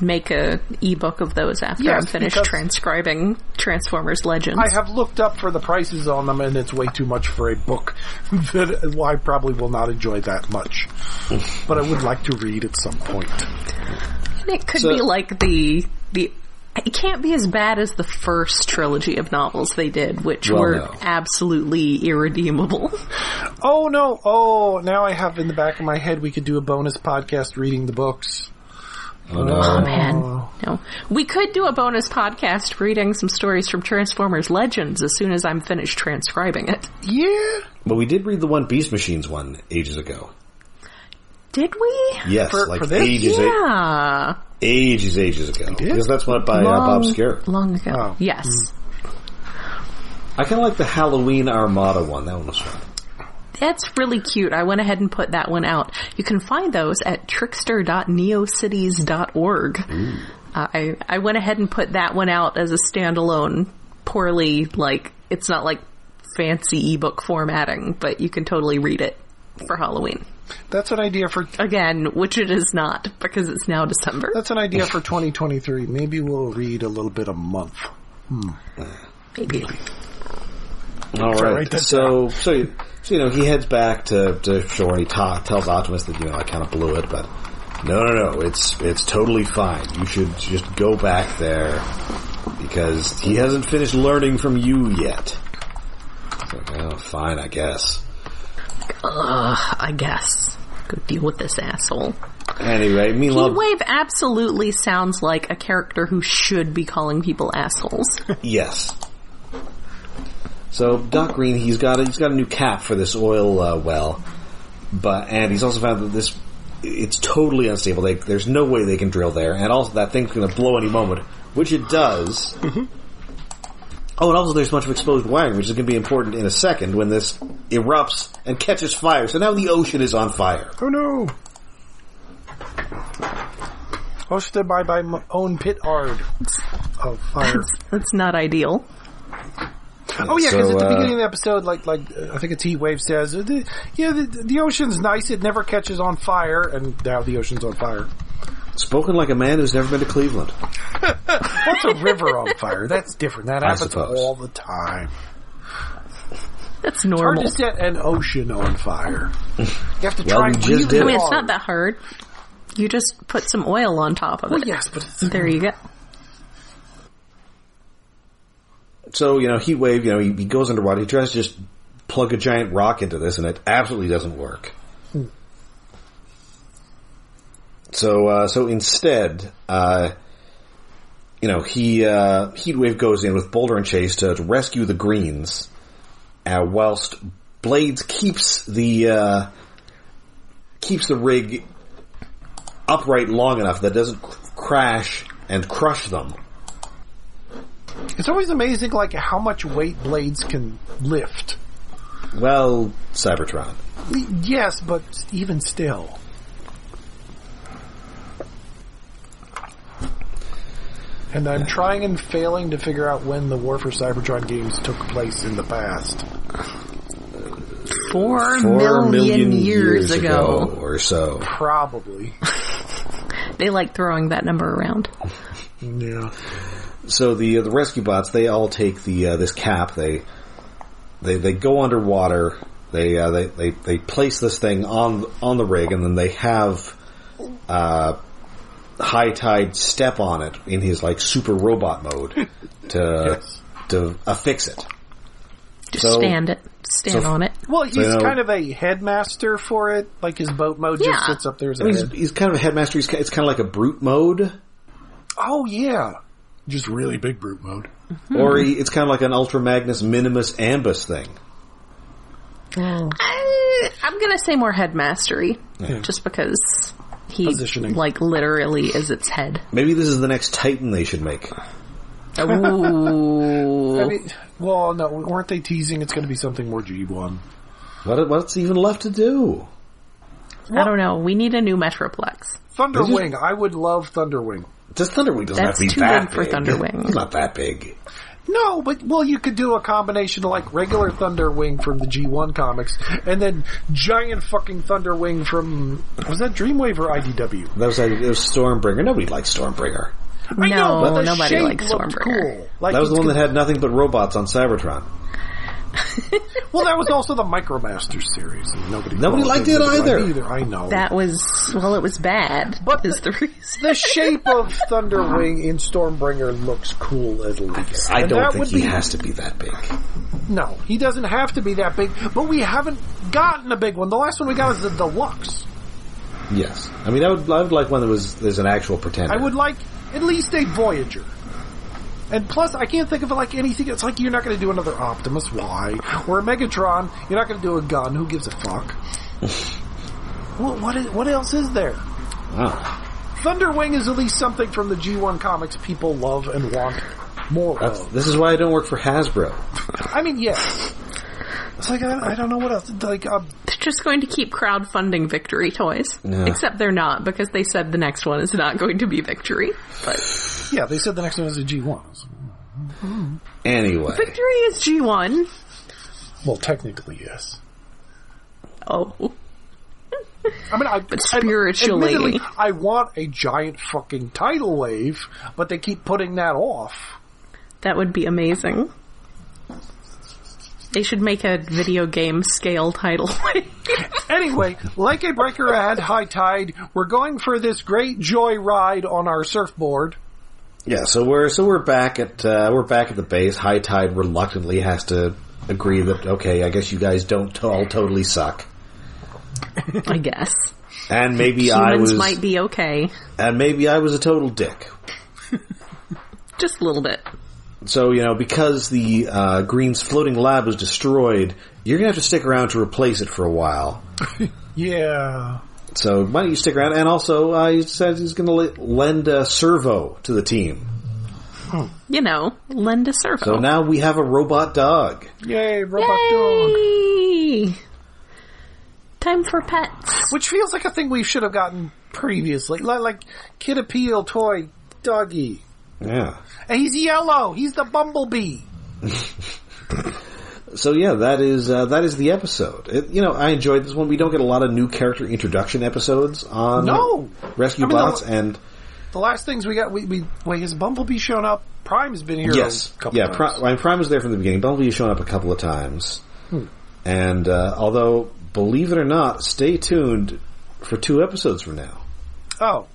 S2: make a ebook of those after
S3: Yes,
S2: I'm finished
S3: because-
S2: transcribing Transformers Legends.
S3: I have looked up for the prices on them, and it's way too much for a book that I probably will not enjoy that much. But I would like to read at some point.
S2: And it could
S1: So-
S2: be like the the. It can't be as bad as the first trilogy of novels they did, which
S1: Well,
S2: were
S1: no.
S2: absolutely irredeemable.
S3: Oh no! Oh, now I have in the back of my head we could do a bonus podcast reading the books.
S1: Oh, no.
S2: Man, no, we could do a bonus podcast reading some stories from Transformers Legends as soon as I'm finished transcribing it.
S3: Yeah.
S1: But we did read the one Beast Machines one ages ago.
S2: Did we?
S1: Yes,
S3: For-
S1: like
S3: for this?
S1: ages,
S2: Yeah,
S1: ages, ages ago. Because that's one by uh, Bob Scare.
S2: long ago.
S3: Oh.
S2: Yes.
S1: I kind of like the Halloween Armada one. That one was fun.
S2: That's really cute. I went ahead and put that one out. You can find those at trickster.neocities.org. Uh, I, I went ahead and put that one out as a standalone, poorly, like, it's not like fancy ebook formatting, but you can totally read it for Halloween.
S3: That's an idea for
S2: Again, which it is not because it's now December.
S3: that's an idea for 2023. Maybe we'll read a little bit a month.
S2: Maybe.
S1: All right.
S3: write that
S1: so, so, you, so you know, he heads back to to shore. and He ta- tells Optimus that you know I kind of blew it, but no, no, no. It's it's totally fine. You should just go back there because he hasn't finished learning from you yet. It's like, oh, fine, I guess.
S2: Ugh, I guess. Go deal with this asshole.
S1: Anyway, meanwhile,
S2: Heatwave absolutely sounds like a character who should be calling people assholes.
S1: Yes. So Doc Green, he's got a, he's got a new cap for this oil uh, well, but and he's also found that this it's totally unstable. They, there's no way they can drill there, and also that thing's going to blow any moment, which it does.
S3: Mm-hmm.
S1: Oh, and also there's a bunch of exposed wiring, which is going to be important in a second when this erupts and catches fire. So now the ocean is on fire.
S3: Oh no! Hosted by my m- own pit ard of fire.
S2: That's not ideal.
S3: Oh yeah, because
S1: So,
S3: at the
S1: uh,
S3: beginning of the episode, like like uh, I think it's Heatwave says, uh, the, yeah, the, the ocean's nice; it never catches on fire, and now the ocean's on fire.
S1: Spoken like a man who's never been to Cleveland.
S3: What's a river on fire? That's different. That
S1: I
S3: happens
S1: suppose.
S3: all the time.
S2: That's
S3: Hard
S2: normal.
S3: to set an ocean on fire. You have to
S1: Well,
S3: try
S1: we just
S3: really
S1: did it.
S2: I
S1: Wait,
S2: mean, it's
S3: hard.
S2: not that hard. You just put some oil on top of it.
S3: Yes, but it's,
S2: There you go.
S1: So, you know, heat wave, you know, he, he goes underwater. He tries to just plug a giant rock into this, and it absolutely doesn't work. So, uh, so instead, uh, you know, he uh, heat wave goes in with Boulder and Chase to, to rescue the Greens, uh, whilst Blades keeps the uh, keeps the rig upright long enough that it doesn't cr- crash and crush them.
S3: it's always amazing, like how much weight blades can lift.
S1: Well, Cybertron.
S3: Yes, but even still. And I'm trying and failing to figure out when the War for Cybertron games took place in the past.
S2: Four
S1: Four
S2: million
S1: million
S2: years, ago.
S1: or so.
S3: Probably.
S2: They like throwing that number around.
S3: Yeah.
S1: So the uh, the rescue bots they all take the uh, this cap they they they go underwater they uh, they, they they place this thing on on the rig and then they have uh, high tide step on it in his like super robot mode to to affix it.
S2: Just
S1: So-
S2: stand it. Stand
S1: so-
S2: on it.
S3: Well, he's
S1: So-
S3: kind of a headmaster for it. Like his boat mode just
S2: Yeah.
S3: sits up there as
S1: I
S3: a
S1: mean, he's,
S3: head.
S1: he's kind of a headmaster. He's, ki- it's kind of like a brute mode.
S3: Oh yeah. Just really big brute mode.
S2: Hmm.
S1: Or he, it's kind of like an Ultra Magnus Minimus Ambus thing.
S3: Oh.
S2: I, I'm gonna say more headmastery, just because he
S3: Positioning.
S2: like literally is its head.
S1: Maybe this is the next Titan they should make.
S2: Ooh.
S3: I mean, well, no, weren't they teasing it's going to be something more G1?
S1: What, what's even left to do?
S2: I don't know. We need a new Metroplex.
S3: Thunderwing. I would love Thunderwing.
S1: Just Thunderwing doesn't
S2: That's
S1: have to
S2: too
S1: be that
S2: big for
S1: big.
S2: Thunderwing.
S1: It's not that big.
S3: No, but well, you could do a combination of like regular Thunderwing from the G1 comics, and then giant fucking Thunderwing from was that Dreamwave or IDW?
S1: That was, like, it was Stormbringer. Nobody likes Stormbringer.
S2: No,
S3: I know, but the
S2: nobody
S3: shape
S2: likes
S3: looked
S2: Stormbringer.
S3: Cool. Like
S1: that was the
S3: it's
S1: one that had nothing but robots on Cybertron.
S3: good- well, that was also the Micromasters series. and Nobody,
S1: Nobody
S3: well,
S1: liked
S3: they
S1: it
S3: didn't like
S1: either.
S3: Either I know.
S2: That was well, it was bad.
S3: But
S2: is
S3: the-
S2: the reason?
S3: the shape of Thunderwing in Stormbringer looks cool at least.
S1: I
S3: And
S1: don't
S3: that
S1: think
S3: would
S1: he
S3: be,
S1: has to be that big.
S3: No, he doesn't have to be that big, but we haven't gotten a big one. The last one we got is the deluxe.
S1: Yes. I mean, I would, I would like one that was there's an actual pretender.
S3: I would like at least a Voyager. And plus, I can't think of like anything. It's like you're not going to do another Optimus. Why? Or a Megatron. You're not going to do a gun. Who gives a fuck? what what, is, what else is there?
S1: Wow.
S3: Thunderwing is at least something from the G1 comics people love and want more
S1: That's-
S3: of.
S1: this is why I don't work for Hasbro.
S3: I mean, yes. It's like I, I don't know what else. Like um,
S2: They're just going to keep crowdfunding Victory toys,
S1: Yeah.
S2: except they're not because they said the next one is not going to be Victory. But
S3: yeah, they said the next one is a G1.
S1: Anyway.
S2: Victory is G one.
S3: Well, technically, yes.
S2: Oh.
S3: I mean, I,
S2: But spiritually-
S3: I, admittedly, I want a giant fucking tidal wave, but they keep putting that off.
S2: That would be amazing. They should make a video game scale title.
S3: Anyway, like a breaker at high tide, we're going for this great joy ride on our surfboard.
S1: Yeah, so we're so we're back at uh, we're back at the base. High Tide reluctantly has to agree that okay, I guess you guys don't to- all totally suck,
S2: I guess.
S1: and maybe I
S2: Humans
S1: was
S2: might be okay.
S1: and maybe I was a total dick.
S2: Just a little bit.
S1: So you know because the uh, Green's floating lab was destroyed, you're gonna have to stick around to replace it for a while.
S3: Yeah.
S1: So why don't you stick around? And also, uh, he says he's gonna le- lend a servo to the team.
S2: You know, lend a servo.
S3: Oh.
S1: So now we have a robot dog.
S3: Yay, robot dog.
S2: Yay! Time for pets.
S3: Which feels like a thing we should have gotten previously. Like, like Kid Appeal toy doggy.
S1: Yeah.
S3: And he's yellow. He's the bumblebee.
S1: So yeah, that is uh, that is the episode. It, you know, I enjoyed this one. We don't get a lot of new character introduction episodes on
S3: No.
S1: Rescue
S3: I mean,
S1: Bots,
S3: the-
S1: and
S3: The last things we got, we, we wait, has Bumblebee shown up? Prime's been here
S1: yes,
S3: a couple
S1: yeah,
S3: times.
S1: Pri- I mean, Prime was there from the beginning. Bumblebee has shown up a couple of times, and uh, although believe it or not, stay tuned for two episodes from now.
S3: Oh.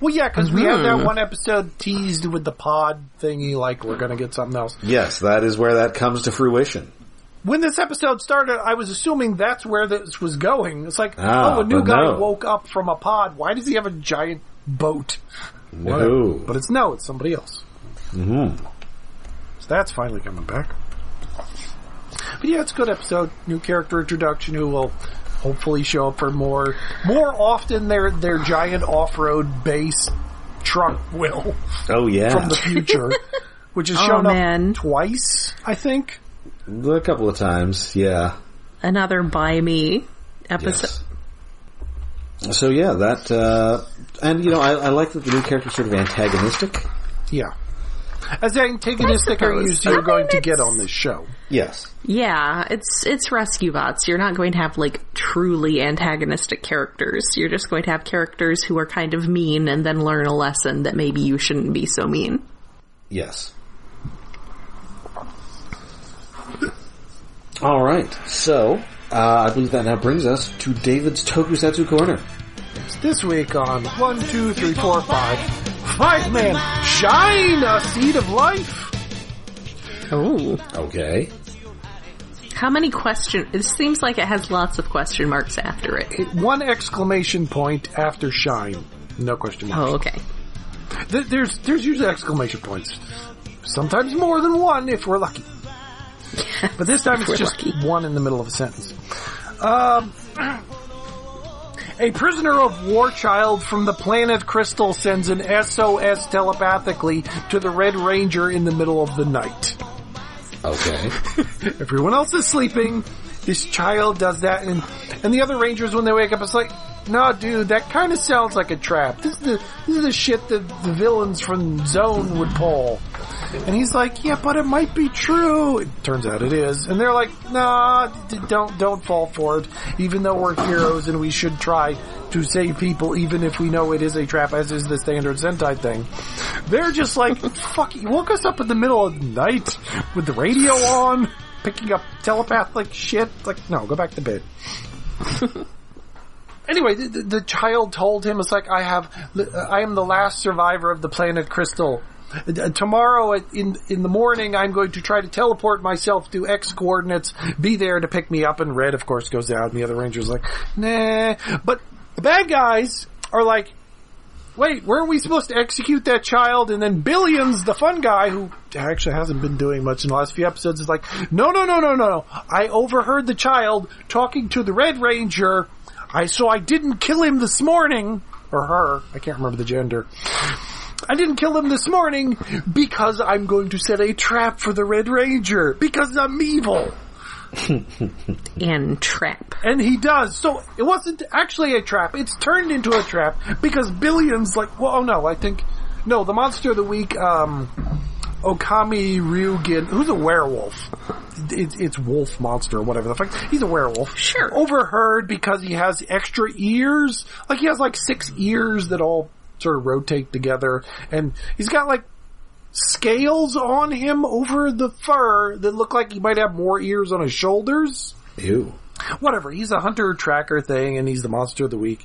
S3: Well, yeah, because we had
S1: Mm-hmm.
S3: that one episode teased with the pod thingy, like we're going to get something else.
S1: Yes, that is where that comes to fruition.
S3: When this episode started, I was assuming that's where this was going. It's like,
S1: Ah,
S3: oh, a new
S1: but
S3: guy
S1: no.
S3: woke up from a pod. Why does he have a giant boat?
S1: No,
S3: But it's no, it's somebody else.
S1: Mhm.
S3: So that's finally coming back. But yeah, it's a good episode. New character introduction who will hopefully show up for more more often their their giant off road base truck will
S1: oh yeah,
S3: from the future. Which has shown
S2: Oh, man.
S3: up twice, I think.
S1: a couple of times, yeah.
S2: Another by me episode.
S1: Yes. So yeah, that uh, and you know I, I like that the new character is sort of antagonistic.
S3: Yeah. As antagonistic are
S2: suppose.
S3: used you're
S2: I mean,
S3: going to
S2: Oh, it's-
S3: get on this show.
S1: Yes.
S2: Yeah, it's it's rescue bots. You're not going to have like truly antagonistic characters. You're just going to have characters who are kind of mean and then learn a lesson that maybe you shouldn't be so mean.
S1: Yes. All right. So uh, I believe that now brings us to David's Tokusatsu corner.
S3: This week on one, two, three, four, five, five man, shine a seed of life.
S2: Oh.
S1: Okay.
S2: How many question it seems like it has lots of question marks after it.
S3: One exclamation point after shine. No question mark.
S2: Oh, okay.
S3: Th- there's there's usually exclamation points. Sometimes more than one if we're lucky. But this time it's
S2: we're
S3: just
S2: lucky.
S3: one in the middle of a sentence. Um, a prisoner of war child from the planet Crystal sends an SOS telepathically to the Red Ranger in the middle of the night.
S1: Okay.
S3: Everyone else is sleeping. This child does that, and and the other rangers when they wake up, it's like, no, dude, that kind of sounds like a trap. This is the this is the shit that the villains from Zone would pull. And he's like, yeah, but it might be true. It turns out it is, and they're like, nah, d- don't don't fall for it. Even though we're heroes and we should try to save people, even if we know it is a trap, as is the standard Sentai thing. They're just like, fuck, you woke us up in the middle of the night with the radio on, picking up telepathic shit. Like, no, go back to bed. anyway, the, the, the child told him, it's like, I have, I am the last survivor of the planet Crystal. Uh, Tomorrow at- in in the morning, I'm going to try to teleport myself to X coordinates. Be there to pick me up. And Red, of course, goes out, and the other Ranger's like, "Nah." But the bad guys are like, wait, weren't we supposed to execute that child? And then Billions, the fun guy who actually hasn't been doing much in the last few episodes, is like, no, no, no, no, no, no. I overheard the child talking to the Red Ranger. I so I didn't kill him this morning or her. I can't remember the gender. I didn't kill him this morning because I'm going to set a trap for the Red Ranger because I'm evil.
S2: And trap.
S3: And he does. So it wasn't actually a trap. It's turned into a trap because Billions like, well, oh no, I think, no, the monster of the week, um, Okami Ryugen, who's a werewolf. It, it's wolf monster or whatever the fuck. He's a werewolf.
S2: Sure.
S3: Overheard because he has extra ears. Like he has like six ears that all sort of rotate together and he's got like scales on him over the fur that look like he might have more ears on his shoulders.
S1: Ew.
S3: Whatever. He's a hunter tracker thing and he's the monster of the week.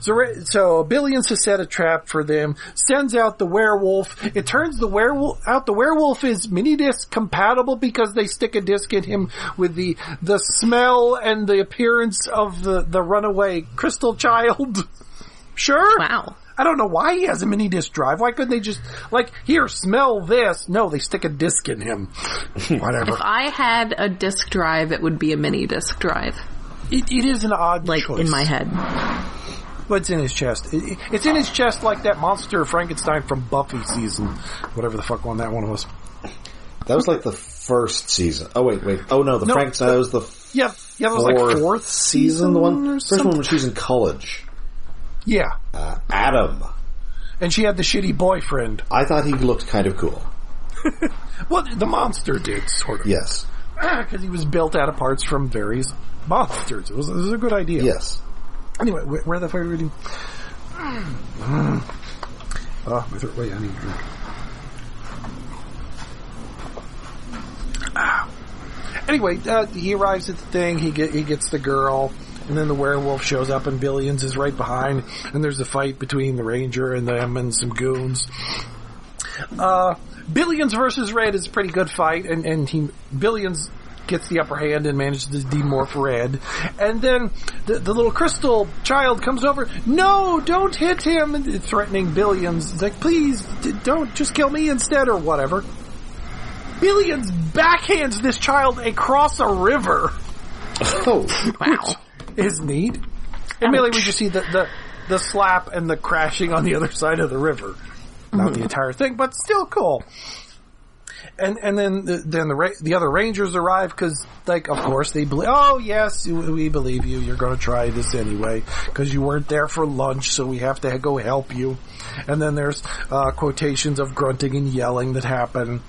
S3: So, re- so Billions to set a trap for them, sends out the werewolf. It turns the werewolf out. The werewolf is mini disc compatible because they stick a disc in him with the, the smell and the appearance of the, the runaway crystal child. sure.
S2: Wow.
S3: I don't know why he has a mini disc drive. Why couldn't they just, like, here, smell this? No, they stick a disc in him. Whatever.
S2: If I had a disk drive, it would be a mini disk drive,
S3: It, it is an odd
S2: like
S3: choice.
S2: in my head.
S3: What's in his chest? It- it- It's in his chest like that monster Frankenstein from Buffy season, whatever the fuck one that one was.
S1: That was like the first season. Oh wait, wait. Oh no, the
S3: No,
S1: Frankenstein. That was the fourth,
S3: Yeah, yeah, that was like fourth
S1: season. The one
S3: or
S1: first
S3: something?
S1: one when she's in college.
S3: Yeah,
S1: Uh, Adam.
S3: and she had the shitty boyfriend.
S1: I thought he looked kind of cool.
S3: Well, the monster did sort of.
S1: Yes.
S3: because he was built out of parts from various monsters. It was, it was a good idea.
S1: Yes.
S3: Anyway, wh- where the fuck are we reading? Oh, Ah, my throat. Wait, I need a drink. Ah. Anyway, uh, he arrives at the thing. He get he gets the girl, and then the werewolf shows up, and Billions is right behind. And there's a fight between the ranger and them, and some goons. Uh, Billions versus Red is a pretty good fight, and, and he Billions gets the upper hand and manages to demorph Red. And then the, the little crystal child comes over, no, don't hit him, and threatening Billions. He's like, please, d- don't, just kill me instead, or whatever. Billions backhands this child across a river.
S1: Oh,
S2: Wow.
S3: Is neat. And really, we just see the, the, the slap and the crashing on the other side of the river. Not the entire thing, but still cool. And and then the, then the ra- the other rangers arrive because like of course they believe. Oh yes, we we believe you. You're going to try this anyway because you weren't there for lunch, so we have to go help you. And then there's uh, quotations of grunting and yelling that happen.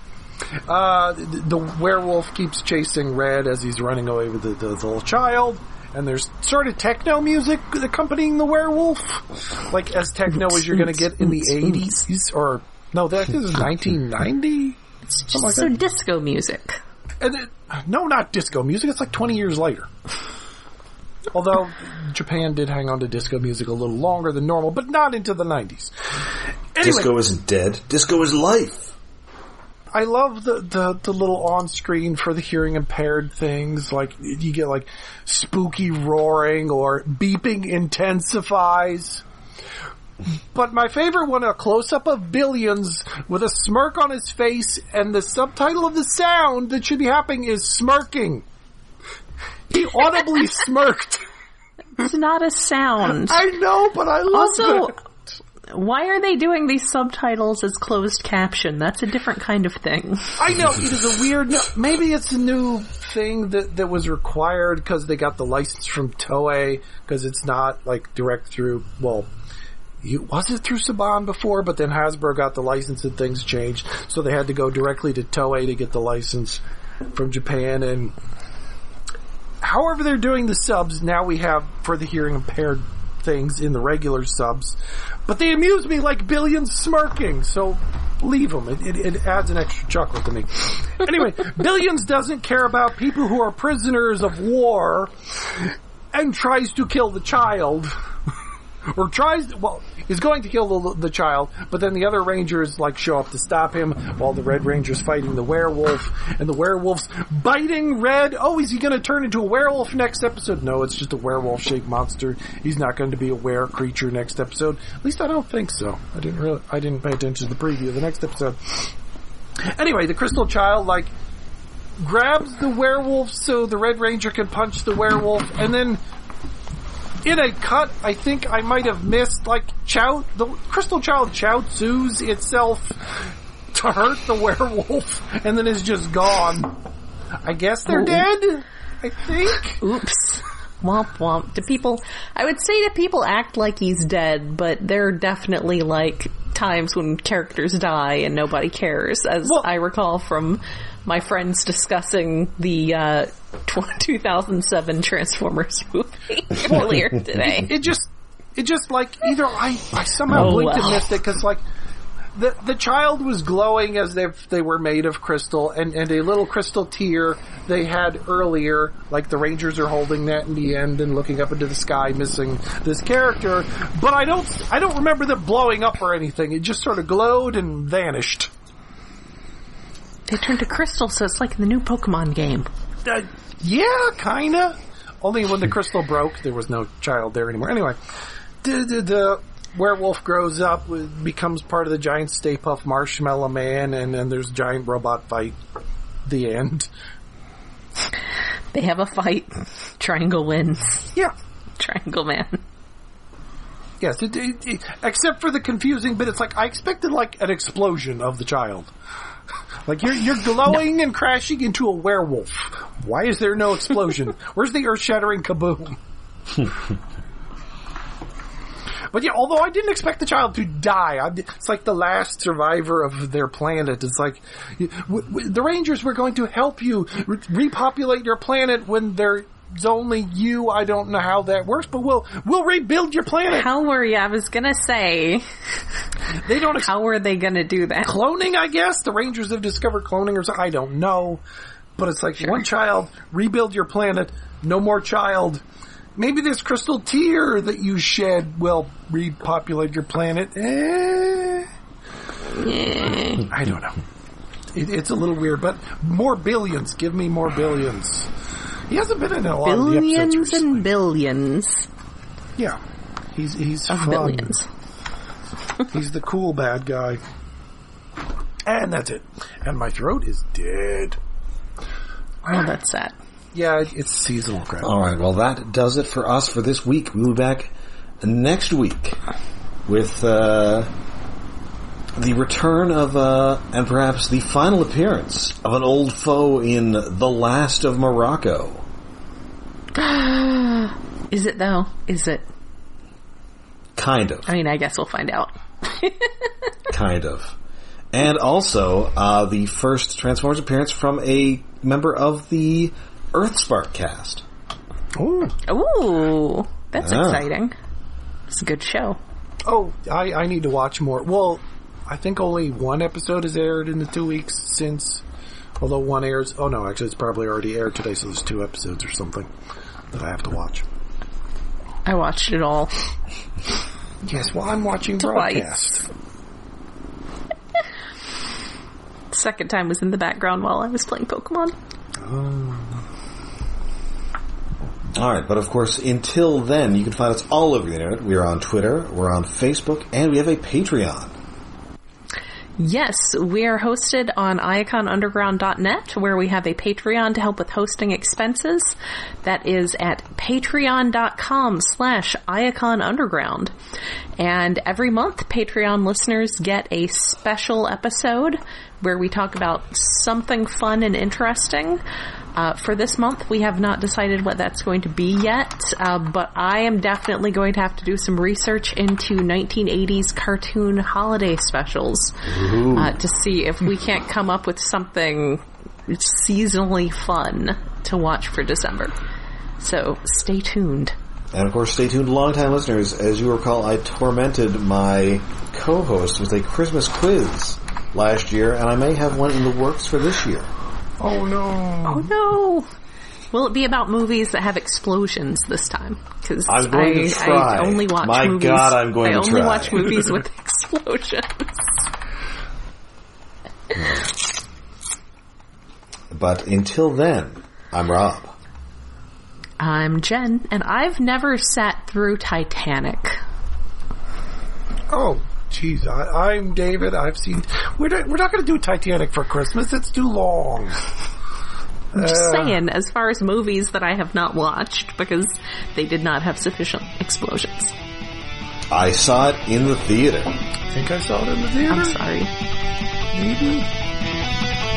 S3: Uh, the, the werewolf keeps chasing Red as he's running away with the, the little child. And there's sort of techno music accompanying the werewolf, like as techno as you're going to get in the '80s, or no, that this is 1990.
S2: It's just so disco music.
S3: And it, no, not disco music. It's like 20 years later. Although Japan did hang on to disco music a little longer than normal, but not into the 90s. Anyway,
S1: disco isn't dead. Disco is life.
S3: I love the, the, the little on screen for the hearing impaired things. Like, you get like spooky roaring or beeping intensifies. But my favorite one, a close up of Billions with a smirk on his face, and the subtitle of the sound that should be happening is smirking. He audibly smirked.
S2: It's not a sound.
S3: I know, but I love
S2: Also,
S3: that.
S2: why are they doing these subtitles as closed caption? That's a different kind of thing.
S3: I know it is a weird. no, Maybe it's a new thing that that was required because they got the license from Toei because it's not like direct through. Well, it was it through Saban before, but then Hasbro got the license and things changed, so they had to go directly to Toei to get the license from Japan and. However, they're doing the subs now. We have for the hearing impaired things in the regular subs, but they amuse me like billions smirking. So leave them. It, it, it adds an extra chuckle to me. Anyway, billions doesn't care about people who are prisoners of war and tries to kill the child. Or tries, well, is going to kill the, the child, but then the other rangers, like, show up to stop him while the red ranger's fighting the werewolf, and the werewolf's biting red. Oh, is he gonna turn into a werewolf next episode? No, it's just a werewolf shaped monster. He's not going to be a were creature next episode. At least I don't think so. I didn't really, I didn't pay attention to the preview of the next episode. Anyway, the crystal child, like, grabs the werewolf so the Red Ranger can punch the werewolf, and then in a cut, I think I might have missed like Chow the Crystal Child Chowtsu's itself to hurt the werewolf, and then is just gone. I guess they're dead. I think.
S2: Oops. Womp womp. Do people, I would say that people act like he's dead, but they're definitely like times when characters die and nobody cares, as
S3: Well-
S2: I recall from my friends discussing the uh, tw- 2007 Transformers movie earlier today.
S3: it just it just like either I, I somehow
S2: Oh,
S3: blinked
S2: well.
S3: and missed it because like the the child was glowing as if they were made of crystal and and a little crystal tear they had earlier like the rangers are holding that in the end and looking up into the sky missing this character but I don't I don't remember them blowing up or anything it just sort of glowed and vanished
S2: They turned to crystal, so it's like the new Pokemon game.
S3: uh, yeah kinda only when the crystal broke there was no child there anymore anyway the, the, the werewolf grows up, uh, becomes part of the giant Stay Puff Marshmallow Man, and then there's giant robot fight. The end.
S2: They have a fight. Triangle wins.
S3: Yeah.
S2: Triangle Man.
S3: Yes. It, it, it- except for the confusing bit, it's like I expected like an explosion of the child. Like you're you're glowing and crashing into a werewolf. Why is there no explosion? Where's the earth shattering kaboom? But yeah, although I didn't expect the child to die, I, it's like the last survivor of their planet. It's like w- w- the Rangers were going to help you re- repopulate your planet when there's only you. I don't know how that works, but we'll we'll rebuild your planet.
S2: How were you? I was gonna say,
S3: they don't ex-
S2: how are they gonna do that?
S3: cloning. I guess the Rangers have discovered cloning, or something. I don't know. But it's like one child, rebuild your planet. No more child. Maybe this crystal tear that you shed will repopulate your planet. Eh. I don't know. It, it's a little weird, but more billions. Give me more billions. He hasn't been in a lot of the
S2: Billions
S3: episodes.
S2: and billions
S3: recently. yeah, he's he's
S2: of
S3: fun.
S2: billions.
S3: He's the cool bad guy. And that's it. And my throat is dead.
S2: Oh, that's sad.
S3: Yeah, it's seasonal crap.
S1: All right. Well, that does it for us for this week. We'll be back next week with uh, the return of, uh, and perhaps the final appearance of an old foe in The Last of Morocco.
S2: Is it though? Is it?
S1: Kind of.
S2: I mean, I guess we'll find out.
S1: Kind of. And also, uh, the first Transformers appearance from a member of the Earthspark cast.
S3: Ooh.
S2: Ooh, that's
S1: Ah.
S2: exciting. It's a good show.
S3: Oh, I, I need to watch more. Well, I think only one episode has aired in the two weeks since. Although one airs. Oh no, actually, it's probably already aired today, so there's two episodes or something that I have to watch.
S2: I watched it all.
S3: Yes, well, I'm watching
S2: Twice.
S3: broadcast.
S2: Second time was in the background while I was playing Pokemon.
S1: All right, but of course, until then, you can find us all over the internet. We are on Twitter, we're on Facebook, and we have a Patreon.
S2: Yes, we are hosted on iaconunderground.net where we have a Patreon to help with hosting expenses. That is at patreon.com slash iaconunderground. And every month, Patreon listeners get a special episode where we talk about something fun and interesting. Uh, for this month, we have not decided what that's going to be yet, uh, but I am definitely going to have to do some research into 1980s cartoon holiday specials uh, to see if we can't come up with something seasonally fun to watch for December. So stay tuned.
S1: And of course, stay tuned, longtime listeners. As you recall, I tormented my co-host with a Christmas quiz last year, and I may have one in the works for this year.
S3: Oh no.
S2: Oh no! Will it be about movies that have explosions this time? Because
S1: I'm going to
S2: I,
S1: try.
S2: I only watch
S1: My
S2: movies.
S1: God, I'm going
S2: I
S1: to
S2: only
S1: try.
S2: watch movies with explosions.
S1: But until then, I'm Rob.
S2: I'm Jen, and I've never sat through Titanic.
S3: Oh, jeez. I- I'm David. I've seen. We're not, we're not going to do Titanic for Christmas. It's too long.
S2: Just saying, as far as movies that I have not watched because they did not have sufficient explosions.
S1: I saw it in the theater.
S3: I think I saw it in the theater.
S2: I'm sorry.
S3: Maybe.